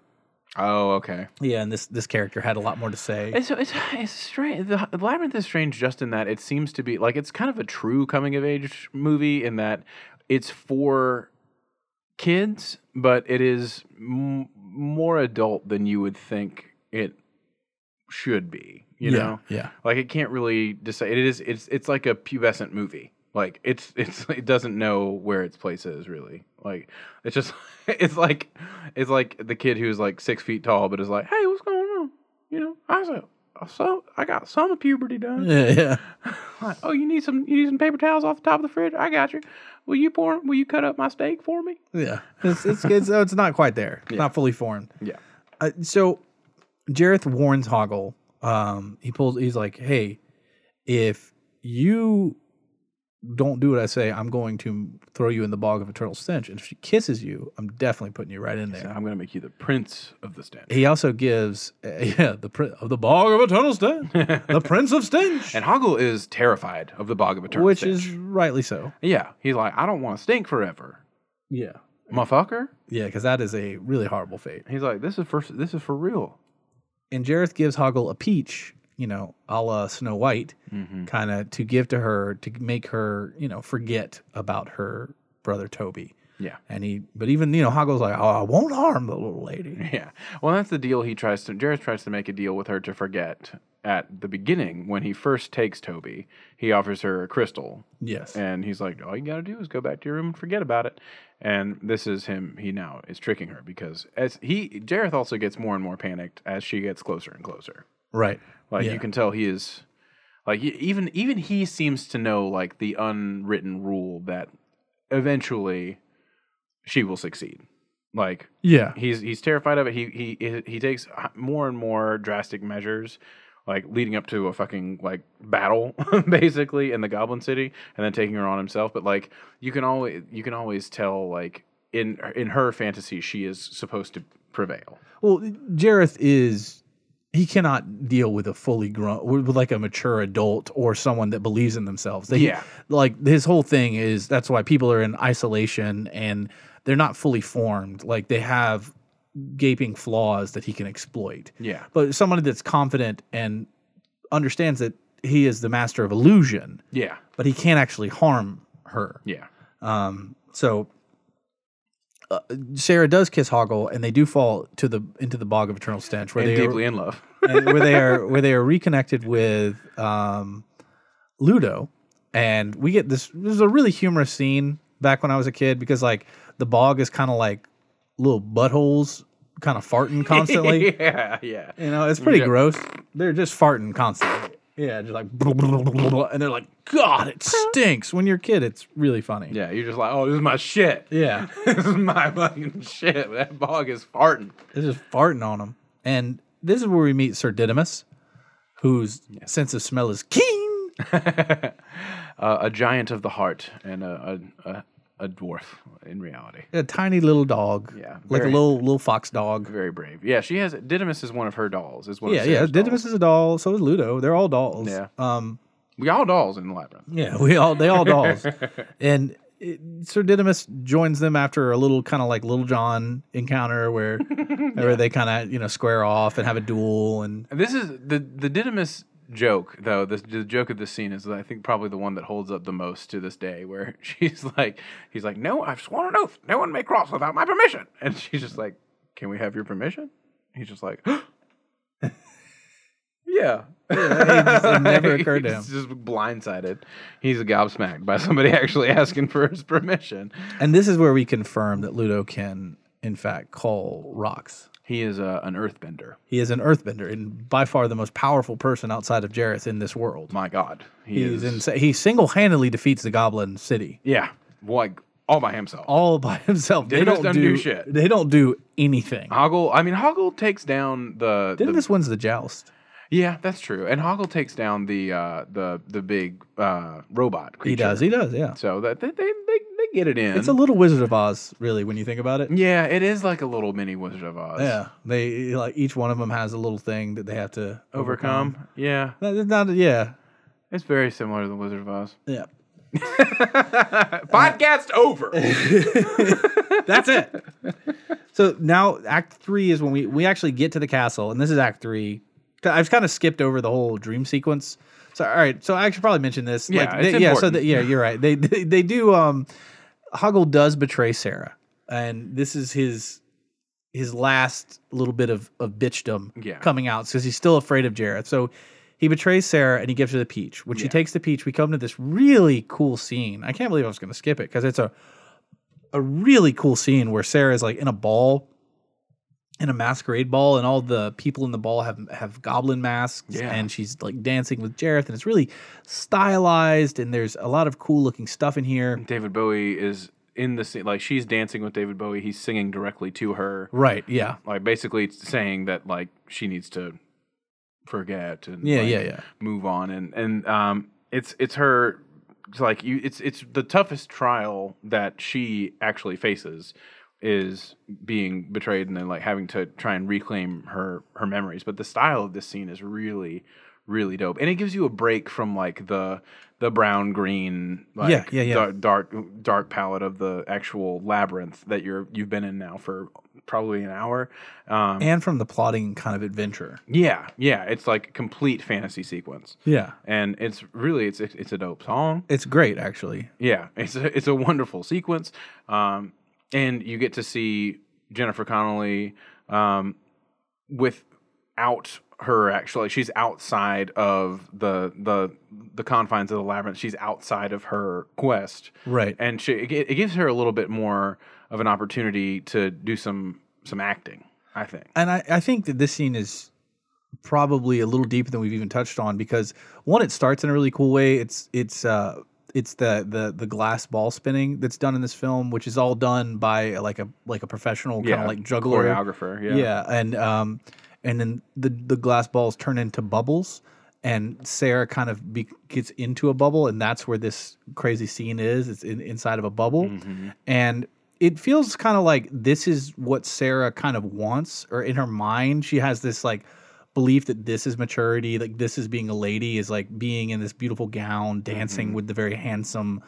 S10: Oh, okay.
S9: yeah, and this this character had a lot more to say.
S10: It's it's it's strange. The the labyrinth is strange just in that it seems to be like it's kind of a true coming of age movie in that it's for kids, but it is m- more adult than you would think it should be. You
S9: yeah,
S10: know,
S9: yeah,
S10: like it can't really decide. It is it's it's like a pubescent movie. Like it's it's it doesn't know where its place is really. Like it's just it's like it's like the kid who's like six feet tall but is like, hey, what's going on? You know, I said, so I got some of puberty done.
S9: yeah, yeah.
S10: Like, oh, you need some you need some paper towels off the top of the fridge. I got you. Will you pour? Will you cut up my steak for me?
S9: yeah. It's it's it's, oh, it's not quite there. It's Not fully formed.
S10: Yeah.
S9: Uh, so Jareth warns Hoggle. Um, he pulls. He's like, "Hey, if you don't do what I say, I'm going to throw you in the bog of eternal stench. And if she kisses you, I'm definitely putting you right in there."
S10: I'm gonna make you the prince of the stench.
S9: He also gives, uh, yeah, the prin- of the bog of eternal stench, the prince of stench,
S10: And Hoggle is terrified of the bog of eternal
S9: which
S10: stench.
S9: is rightly so.
S10: yeah, he's like, I don't want to stink forever.
S9: Yeah,
S10: motherfucker.
S9: yeah, because that is a really horrible fate.
S10: He's like, this is for this is for real.
S9: and Jareth gives Hoggle a peach, you know, a la Snow White,
S10: Mm-hmm.
S9: kind of to give to her to make her, you know, forget about her brother Toby.
S10: Yeah.
S9: And he, but even you know, Hoggle's like, oh, I won't harm the little lady.
S10: Yeah. Well, that's the deal he tries to. Jared tries to make a deal with her to forget at the beginning when he first takes Toby. He offers her a crystal,
S9: Yes.
S10: and he's like, all you got to do is go back to your room and forget about it. And this is him. He now is tricking her because as he Jareth also gets more and more panicked as she gets closer and closer.
S9: Right.
S10: Like
S9: Yeah.
S10: you can tell he is like e- even even he seems to know like the unwritten rule that eventually she will succeed. Like
S9: Yeah.
S10: he's he's terrified of it. He he he takes more and more drastic measures, like leading up to a fucking like battle basically in the Goblin City, and then taking her on himself. But like you can always you can always tell like in in her fantasy she is supposed to prevail.
S9: Well, Jareth is he cannot deal with a fully grown with with like a mature adult or someone that believes in themselves. They,
S10: Yeah.
S9: Like his whole thing is that's why people are in isolation and they're not fully formed. Like they have gaping flaws that he can exploit.
S10: Yeah.
S9: But somebody that's confident and understands that he is the master of illusion,
S10: Yeah.
S9: but he can't actually harm her. Um,
S10: Yeah.
S9: So uh, Sarah does kiss Hoggle, and they do fall to the into the bog of eternal stench, where
S10: And
S9: they
S10: deeply
S9: are,
S10: in love.
S9: and where they are where they are reconnected with um, Ludo, and we get this. This is a really humorous scene back when I was a kid because like the bog is kind of like little buttholes kind of farting constantly.
S10: yeah. Yeah.
S9: You know, it's pretty
S10: Yeah.
S9: gross. They're just farting constantly. Yeah, just like and they're like, God, it stinks. When you're a kid, it's really funny.
S10: Yeah. You're just like, oh, this is my shit.
S9: Yeah.
S10: this is my fucking shit. That bog is farting.
S9: They're just farting on them. And this is where we meet Sir Didymus, whose sense of smell is keen.
S10: Uh, a giant of the heart and a a, a, a dwarf in reality.
S9: A tiny little dog.
S10: Yeah,
S9: Like a
S10: very-
S9: little little fox dog.
S10: Very brave. Yeah, she has. Didymus is one of her dolls. Is one
S9: Yeah,
S10: of
S9: yeah.
S10: Sarah's
S9: Didymus
S10: dolls.
S9: is a doll. So is Ludo. They're all dolls.
S10: Yeah.
S9: Um,
S10: We all dolls in the labyrinth.
S9: yeah, we all they all dolls. And it, Sir Didymus joins them after a little kind of like Little John encounter where where they kind of, you know, square off and have a duel and
S10: And This is the the Didymus joke though. This, the joke of this scene is I think probably the one that holds up the most to this day. Where she's like, he's like, no, I've sworn an oath. No one may cross without my permission. And she's just like, can we have your permission? He's just like, yeah.
S9: it never occurred to him.
S10: He's just blindsided. He's gobsmacked by somebody actually asking for his permission.
S9: And this is where we confirm that Ludo can in fact call rocks.
S10: He is uh, an earthbender.
S9: He is an earthbender and by far the most powerful person outside of Jareth in this world.
S10: My God, he
S9: He's
S10: is.
S9: insa- he single-handedly defeats the Goblin City
S10: yeah, like all by himself.
S9: all by himself. They
S10: Didymus
S9: don't,
S10: doesn't
S9: do,
S10: do shit.
S9: They don't do anything.
S10: Hoggle. I mean, Hoggle takes down the. the-
S9: Didymus wins the joust.
S10: yeah, that's true. And Hoggle takes down the uh, the the big uh, robot creature.
S9: He does. He does. Yeah.
S10: So that they they, they, they get it in.
S9: It's a little Wizard of Oz, really, when you think about it.
S10: yeah, it is like a little mini Wizard of Oz.
S9: Yeah. They like each one of them has a little thing that they have to
S10: Overcome. Yeah,
S9: overcome. That is not. Yeah.
S10: it's very similar to the Wizard of Oz.
S9: Yeah.
S10: Podcast over.
S9: That's it. so now Act Three is when we we actually get to the castle, and this is Act Three. I've kind of skipped over the whole dream sequence. So all right, so I should probably mention this.
S10: Yeah,
S9: they,
S10: it's
S9: yeah. So
S10: important.
S9: they- yeah, you're right. They, they they do. Um, Hoggle does betray Sarah, and this is his his last little bit of of bitchdom
S10: Yeah.
S9: coming out because he's still afraid of Jared. So. He betrays Sarah and he gives her the peach. When she takes the peach, we come to this really cool scene. I can't believe I was going to skip it because it's a a really cool scene where Sarah is like in a ball, in a masquerade ball, and all the people in the ball have have goblin masks,
S10: Yeah.
S9: and she's like dancing with Jareth, and it's really stylized, and there's a lot of cool looking stuff in here.
S10: David Bowie is in the scene. Like she's dancing with David Bowie. He's singing directly to her.
S9: Right? Yeah.
S10: like basically it's saying that like she needs to forget and
S9: Yeah,
S10: like,
S9: yeah, yeah.
S10: move on and and um it's it's her it's like you it's it's the toughest trial that she actually faces is being betrayed and then like having to try and reclaim her her memories but the style of this scene is really really dope and it gives you a break from like the the brown green like
S9: Yeah, yeah, yeah.
S10: dark- dark dark palette of the actual labyrinth that you're you've been in now for probably an hour. Um,
S9: And from the plotting kind of adventure.
S10: yeah, yeah, it's like a complete fantasy sequence,
S9: Yeah.
S10: and it's really it's it's a dope song.
S9: It's great, actually.
S10: Yeah, it's a, it's a wonderful sequence, um, and you get to see Jennifer Connelly um, without her actually she's outside of the the the confines of the labyrinth she's outside of her quest
S9: Right.
S10: and she it, gi- it gives her a little bit more of an opportunity to do some some acting i think
S9: and I, I think that this scene is probably a little deeper than we've even touched on because one, it starts in a really cool way. It's it's uh it's the the the glass ball spinning that's done in this film, which is all done by like a like a professional kind of
S10: Yeah,
S9: like juggler
S10: choreographer, yeah.
S9: and um and then the the glass balls turn into bubbles. And Sarah kind of be, gets into a bubble, and that's where this crazy scene is. It's in, inside of a bubble,
S10: Mm-hmm.
S9: and it feels kind of like this is what Sarah kind of wants, or in her mind, she has this like belief that this is maturity, like this is being a lady, is like being in this beautiful gown, dancing with the very handsome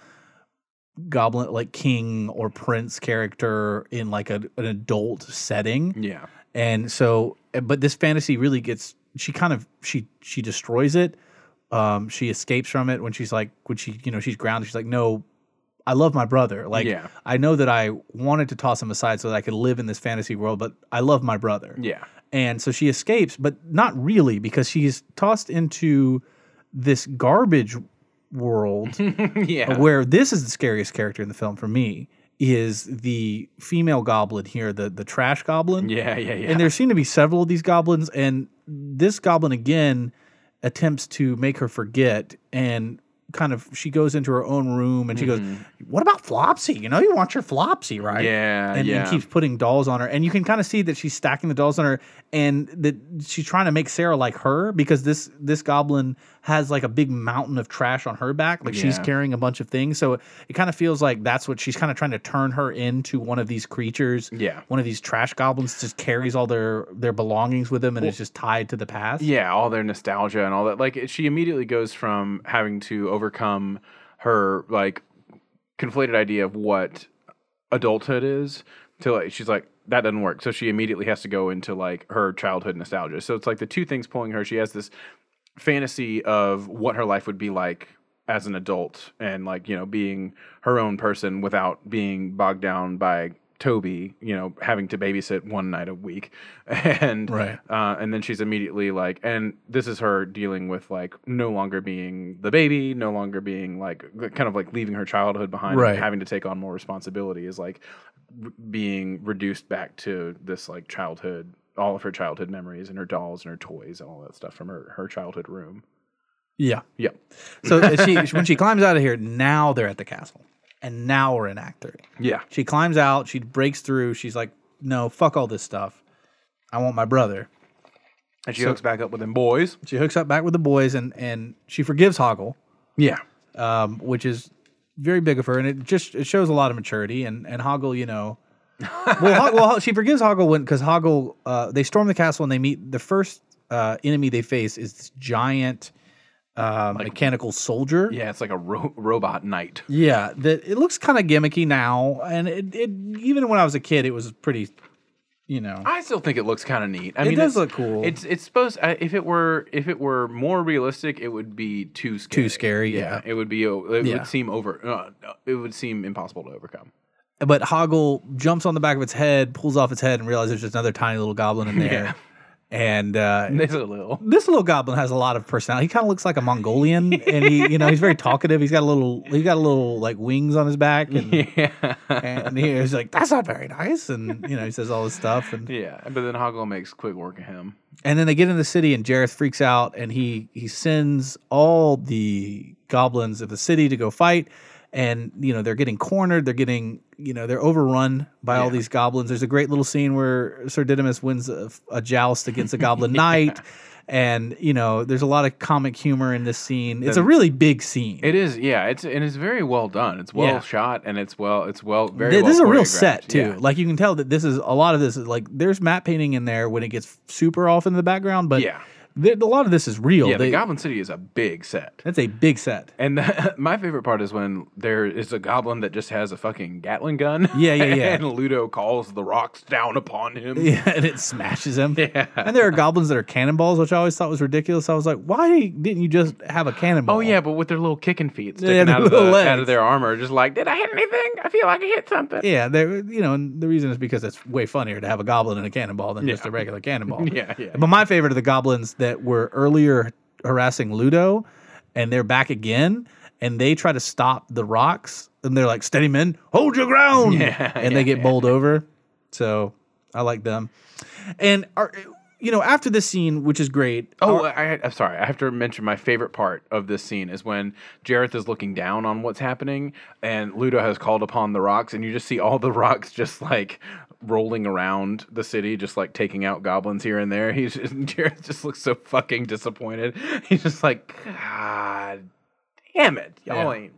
S9: goblin, like king or prince character in like a, an adult setting.
S10: Yeah.
S9: And so, eh, but this fantasy really gets, she kind of, she, she destroys it. Um, she escapes from it when she's like, when she, you know, she's grounded. She's like, no, I love my brother. Like,
S10: Yeah.
S9: I know that I wanted to toss him aside so that I could live in this fantasy world, but I love my brother.
S10: Yeah.
S9: And so she escapes, but not really because she's tossed into this garbage world
S10: Yeah.
S9: where this is the scariest character in the film for me is the female goblin here, the the trash goblin.
S10: Yeah, yeah, yeah.
S9: And there seem to be several of these goblins, and this goblin again attempts to make her forget and kind of she goes into her own room and she goes, What about Flopsy? You know you want your Flopsy, right?
S10: Mm-hmm. Yeah,
S9: And,
S10: yeah.
S9: and keeps putting dolls on her. And you can kind of see that she's stacking the dolls on her and that she's trying to make Sarah like her because this this goblin has like a big mountain of trash on her back. Like she's
S10: Yeah.
S9: carrying a bunch of things. So it, kind of feels like that's what she's kind of trying to turn her into one of these creatures.
S10: Yeah.
S9: One of these trash goblins just carries all their their belongings with them and is just tied to the past.
S10: Yeah, all their nostalgia and all that. Like it- she immediately goes from having to overcome her like conflated idea of what adulthood is to like she's like that doesn't work. So she immediately has to go into like her childhood nostalgia. So it's like the two things pulling her. She has this fantasy of what her life would be like as an adult and like you know being her own person without being bogged down by Toby, you know, having to babysit one night a week, and
S9: Right.
S10: uh, and then she's immediately like, and this is her dealing with like no longer being the baby, no longer being like kind of like leaving her childhood behind, and
S9: Right.
S10: having to take on more responsibility is like r- being reduced back to this like childhood, all of her childhood memories and her dolls and her toys and all that stuff from her her childhood room.
S9: Yeah.
S10: Yeah,
S9: So uh, she when she climbs out of here, now they're at the castle. And now we're in Act Three.
S10: yeah,
S9: She climbs out. She breaks through. She's like, no, fuck all this stuff. I want my brother.
S10: and she hooks back up with them boys.
S9: She hooks up back with the boys and, and she forgives Hoggle,
S10: Yeah,
S9: um, which is very big of her. And it just it shows a lot of maturity. And, and Hoggle, you know. well, Hog, well, she forgives Hoggle when because Hoggle, uh, they storm the castle and they meet the first uh, enemy they face is this giant um, mechanical soldier.
S10: yeah, it's like a ro- robot night.
S9: Yeah, that it looks kind of gimmicky now, and it, it even when I was a kid, it was pretty, you know.
S10: I still think it looks kind of neat. I
S9: It
S10: mean, it's-
S9: does look cool.
S10: It's it's supposed I if it were if it were more realistic, it would be too scary.
S9: Too scary, yeah.
S10: it would be. o- It
S9: Yeah.
S10: would seem over. Uh, no, it would seem impossible to overcome.
S9: but Hoggle jumps on the back of its head, pulls off its head, and realizes there's just another tiny little goblin in there. And uh,
S10: It's a little.
S9: this little goblin has a lot of personality. He kind of looks like a Mongolian, and he, you know, he's very talkative. He's got a little, he got a little like wings on his back, and,
S10: Yeah,
S9: and he's like, "That's not very nice," and you know, he says all this stuff, and
S10: yeah. But then Hoggle makes quick work of him.
S9: And then they get in the city, and Jareth freaks out, and he he sends all the goblins of the city to go fight. And you know they're getting cornered. They're getting you know they're overrun by all these goblins. There's a great little scene where Sir Didymus wins a, a joust against a goblin knight, and you know there's a lot of comic humor in this scene. It's a really big scene.
S10: It is. Yeah, it's and it's very well done. It's well
S9: Yeah.
S10: shot and it's well it's well very.
S9: Th-
S10: well
S9: this is a real
S10: choreographed.
S9: set too.
S10: Yeah.
S9: Like you can tell that this is a lot of this is like there's matte painting in there when it gets super off in the background, but
S10: Yeah.
S9: th- a lot of this is real.
S10: Yeah, the
S9: They-
S10: Goblin City is a big set.
S9: That's a big set.
S10: And the, my favorite part is when there is a goblin that just has a fucking Gatling gun.
S9: Yeah, yeah, yeah.
S10: and Ludo calls the rocks down upon him.
S9: Yeah, and it smashes him. Yeah. And there are goblins that are cannonballs, which I always thought was ridiculous. I was like, why didn't you just have a cannonball?
S10: Oh yeah, but with their little kicking feet
S9: Yeah,
S10: sticking
S9: their
S10: out, of
S9: little
S10: the, out
S9: legs.
S10: of their armor, just like, did I hit anything? I feel like I hit something.
S9: Yeah, there. You know, and the reason is because it's way funnier to have a goblin and a cannonball than just a regular cannonball.
S10: Yeah, yeah,
S9: But my favorite are the goblins that were earlier harassing Ludo, and they're back again, and they try to stop the rocks, and they're like, "Steady, men, hold your ground!"
S10: Yeah,
S9: and they
S10: yeah,
S9: get bowled over. So I like them. And are you know, after this scene, which is great.
S10: Oh, I, I'm sorry. I have to mention my favorite part of this scene is when Jareth is looking down on what's happening, and Ludo has called upon the rocks, and you just see all the rocks just like rolling around the city, just like taking out goblins here and there. He's just, Jareth just looks so fucking disappointed. He's just like, God damn it, y'all ain't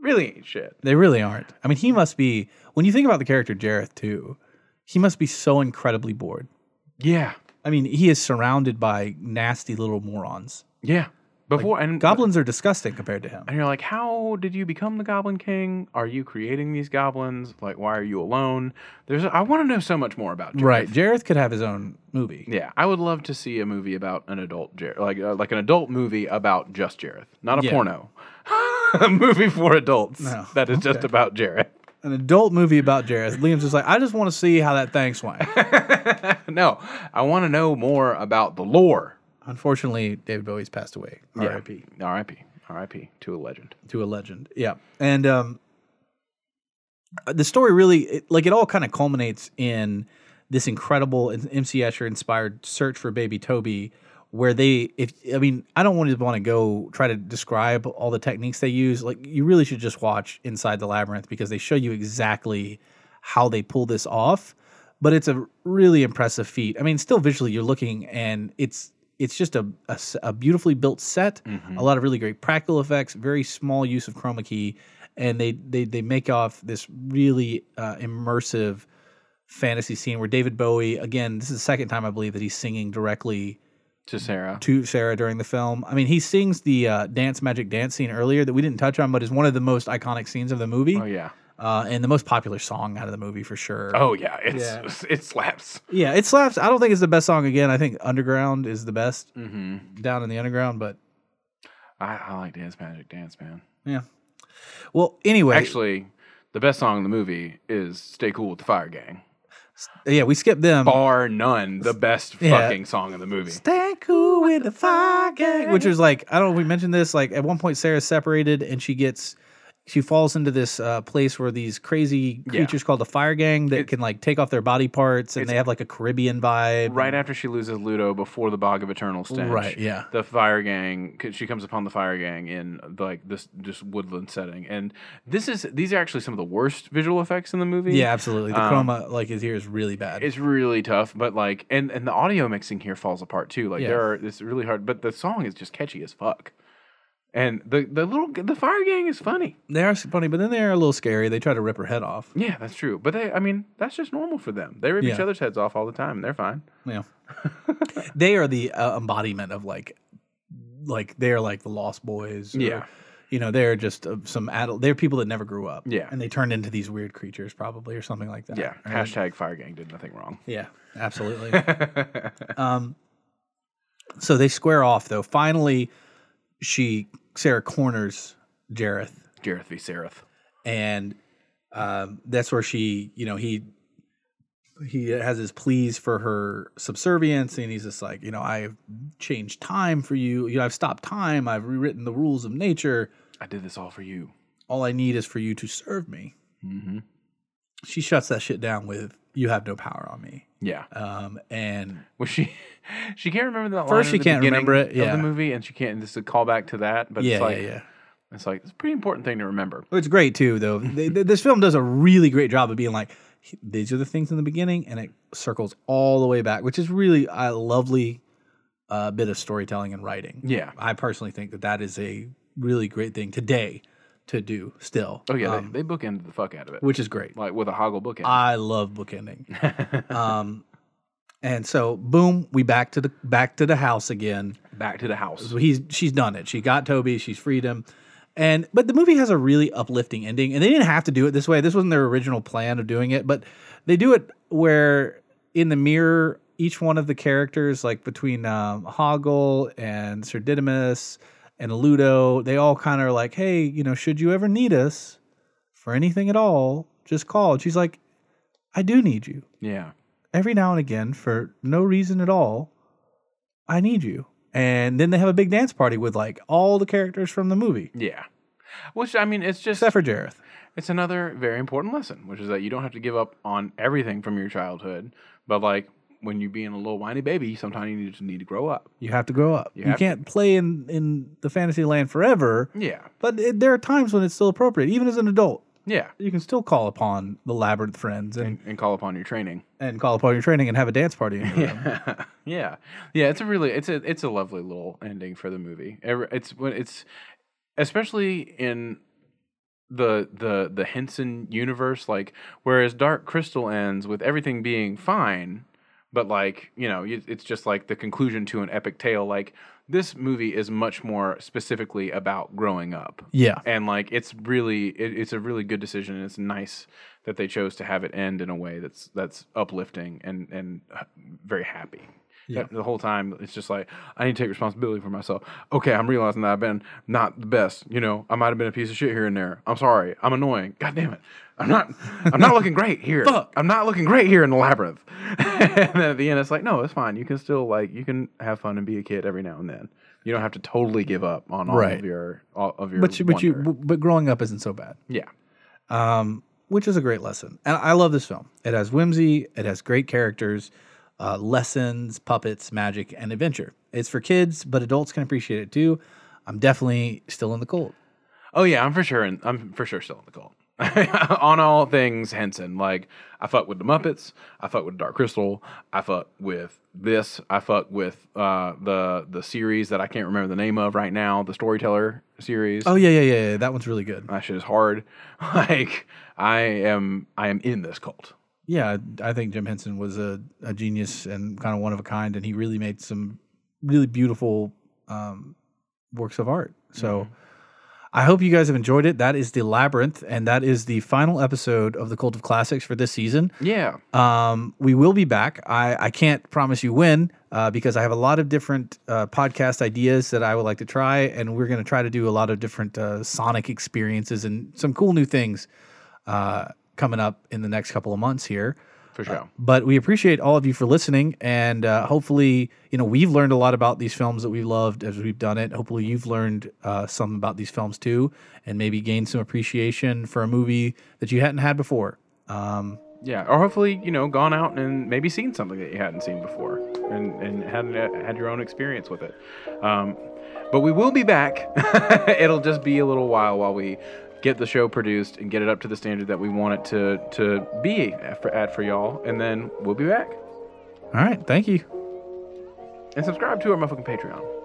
S10: really ain't shit.
S9: They really aren't. I mean, he must be. When you think about the character Jareth, too, he must be so incredibly bored.
S10: Yeah,
S9: I mean, he is surrounded by nasty little morons.
S10: yeah. Before and
S9: Goblins are disgusting compared to him.
S10: And you're like, how did you become the Goblin King? Are you creating these goblins? Like, why are you alone? There's, I want to know so much more about Jareth.
S9: Right, Jareth could have his own movie.
S10: Yeah, I would love to see a movie about an adult Jareth, like uh, like an adult movie about just Jareth, not a
S9: Yeah.
S10: porno. a movie for adults
S9: No.
S10: that is just about Jareth.
S9: An adult movie about Jareth. Liam's just like, I just want to see how that thing swung.
S10: No, I want to know more about the lore.
S9: Unfortunately, David Bowie's passed away. R.I.P.
S10: Yeah. R.I.P. R.I.P. to a legend.
S9: to a legend. Yeah, and um, the story really it, like it all kind of culminates in this incredible in- MC Escher inspired search for baby Toby, where they if I mean I don't want to want to go try to describe all the techniques they use. Like you really should just watch Inside the Labyrinth because they show you exactly how they pull this off. But it's a really impressive feat. I mean, still visually you're looking and it's it's just a, a s- a beautifully built set, a lot of really great practical effects, very small use of chroma key, and they they they make off this really uh, immersive fantasy scene where David Bowie again, this is the second time I believe that he's singing directly
S10: To Sarah.
S9: to Sarah during the film. I mean, he sings the uh, dance magic dance scene earlier that we didn't touch on, but is one of the most iconic scenes of the movie.
S10: oh yeah.
S9: Uh, and the most popular song out of the movie for sure.
S10: Oh yeah. It's it slaps.
S9: Yeah, it slaps. I don't think it's the best song again. I think Underground is the best down in the underground, but
S10: Mm-hmm. I, I like Dance Magic Dance, man.
S9: yeah. Well, anyway,
S10: Actually, the best song in the movie is "Stay Cool with the Fire Gang."
S9: yeah, we skipped them.
S10: Bar none, the best
S9: Yeah.
S10: fucking song in the movie.
S9: Stay cool with the fire gang. Which is like, I don't know if we mentioned this. Like, at one point, Sarah's separated and she gets, she falls into this uh, place where these crazy creatures called the fire gang that can like take off their body parts and they have like a Caribbean vibe.
S10: Right after she loses Ludo, before the Bog of Eternal Stench,
S9: Right, yeah.
S10: the Fire Gang. 'cause She comes upon the Fire Gang in like this just woodland setting, and this is these are actually some of the worst visual effects in the movie. Um,
S9: Yeah, absolutely. The chroma, like, is here is really bad.
S10: It's really tough, but like, and and the audio mixing here falls apart too. Like
S9: Yeah.
S10: there are, it's really hard, but the song is just catchy as fuck, and the the little the Fire Gang is funny.
S9: They are funny, but then they are a little scary. They try to rip her head off.
S10: Yeah, that's true. But they, I mean, that's just normal for them. They rip each
S9: Yeah.
S10: other's heads off all the time. and They're fine.
S9: Yeah. they are the uh, embodiment of like, like they're like the Lost Boys. or,
S10: Yeah.
S9: You know, they're just uh, some adult. They're people that never grew up.
S10: Yeah.
S9: And they turned into these weird creatures, probably, or something like that.
S10: Yeah.
S9: right?
S10: Hashtag Fire Gang did nothing wrong.
S9: Yeah. Absolutely. um, so they square off though. Finally, she Sarah corners Jareth
S10: Jareth v. Sereth.
S9: and um, that's where she, you know, he he has his pleas for her subservience, and he's just like, you know, I've changed time for you. You know, I've stopped time. I've rewritten the rules of nature.
S10: I did this all for you.
S9: All I need is for you to serve me. Mm-hmm. She shuts that shit down with, "You have no power on me."
S10: Yeah.
S9: Um, and
S10: Was she? She can't remember that. line
S9: First she
S10: in the
S9: can't
S10: beginning
S9: remember it,
S10: Of
S9: yeah.
S10: the movie, and she can't. This is a callback to that. But
S9: yeah,
S10: it's like
S9: yeah, yeah.
S10: it's like it's a pretty important thing to remember.
S9: It's great too, though. They- th- this film does a really great job of being like, these are the things in the beginning, and it circles all the way back, which is really a lovely uh, bit of storytelling and writing.
S10: Yeah.
S9: I personally think that that is a really great thing today to do still.
S10: Oh yeah,
S9: uh,
S10: they, they bookended the fuck out of it,
S9: which is great.
S10: like with a hoggle bookend.
S9: I love bookending. um, and so, boom, we back to the back to the house again.
S10: Back to the house.
S9: So he's she's done it. She got Toby. She's freed him. And but the movie has a really uplifting ending, and they didn't have to do it this way. This wasn't their original plan of doing it, but they do it where in the mirror, each one of the characters, like between um, Hoggle and Sir Didymus and Ludo, they all kind of are like, "Hey, you know, should you ever need us for anything at all, just call." And she's like, "I do need you
S10: Yeah.
S9: every now and again for no reason at all i need you and then they have a big dance party with like all the characters from the movie
S10: Yeah. Which I mean, it's just
S9: except for jareth
S10: it's another very important lesson, which is that you don't have to give up on everything from your childhood, but like
S9: when you're being a little whiny baby, sometimes you just need to grow up.
S12: You have to grow up. You,
S9: have to.
S12: can't play in, in the fantasy land forever.
S9: Yeah.
S12: But it, there are times when it's still appropriate, even as an adult.
S9: Yeah.
S12: You can still call upon the labyrinth friends and,
S9: And call upon your training.
S12: and call upon your training and have a dance party. In your room.
S9: yeah, yeah. It's a really it's a it's a lovely little ending for the movie. Every- It's when it's especially in the the the Henson universe, like whereas Dark Crystal ends with everything being fine, but like you know you- it's just like the conclusion to an epic tale. Like this movie is much more specifically about growing up
S12: Yeah.
S9: and like it's really it, it's a really good decision and it's nice that they chose to have it end in a way that's that's uplifting and and uh, very happy
S12: Yeah.
S9: the whole time it's just like i need to take responsibility for myself okay i'm realizing that i've been not the best you know i might have been a piece of shit here and there i'm sorry i'm annoying god damn it i'm not i'm not looking great here
S12: Fuck.
S9: i'm not looking great here in the labyrinth and then at the end it's like no it's fine you can still like you can have fun and be a kid every now and then you don't have to totally give up on all
S12: Right.
S9: of your all of your
S12: But you, but you,
S9: wonder.
S12: but growing up isn't so bad.
S9: yeah
S12: um, which is a great lesson. And I love this film. It has whimsy, it has great characters, uh, lessons, puppets, magic, and adventure. It's for kids, but adults can appreciate it too. I'm definitely still in the cold.
S9: Oh yeah, I'm for sure. In, I'm for sure still in the cult. On all things Henson, like I fuck with the Muppets, I fuck with Dark Crystal, I fuck with this, I fuck with uh, the the series that I can't remember the name of right now, the Storyteller series.
S12: Oh yeah, yeah, yeah, yeah. That one's really good.
S9: That shit is hard. Like I am, I am in this cult.
S12: Yeah, I think Jim Henson was a, a genius and kind of one of a kind, and he really made some really beautiful um, works of art. So
S9: Mm-hmm.
S12: I hope you guys have enjoyed it. That is the labyrinth, and that is the final episode of the Cult of Classics for this season.
S9: Yeah,
S12: Um, we will be back. I, I can't promise you when uh, because I have a lot of different uh, podcast ideas that I would like to try, and we're going to try to do a lot of different uh, sonic experiences and some cool new things uh, coming up in the next couple of months here. Uh,
S9: for sure.
S12: But we appreciate all of you for listening, and uh, hopefully, you know we've learned a lot about these films that we loved as we've done it. Hopefully, you've learned uh, some about these films too, and maybe gained some appreciation for a movie that you hadn't had before. Um,
S9: yeah, or hopefully you know gone out and maybe seen something that you hadn't seen before, and and had had your own experience with it. Um, but we will be back. It'll just be a little while while we get the show produced and get it up to the standard that we want it to to be at for, at for y'all, and then we'll be back
S12: all right, thank you.
S9: and subscribe to our motherfucking Patreon.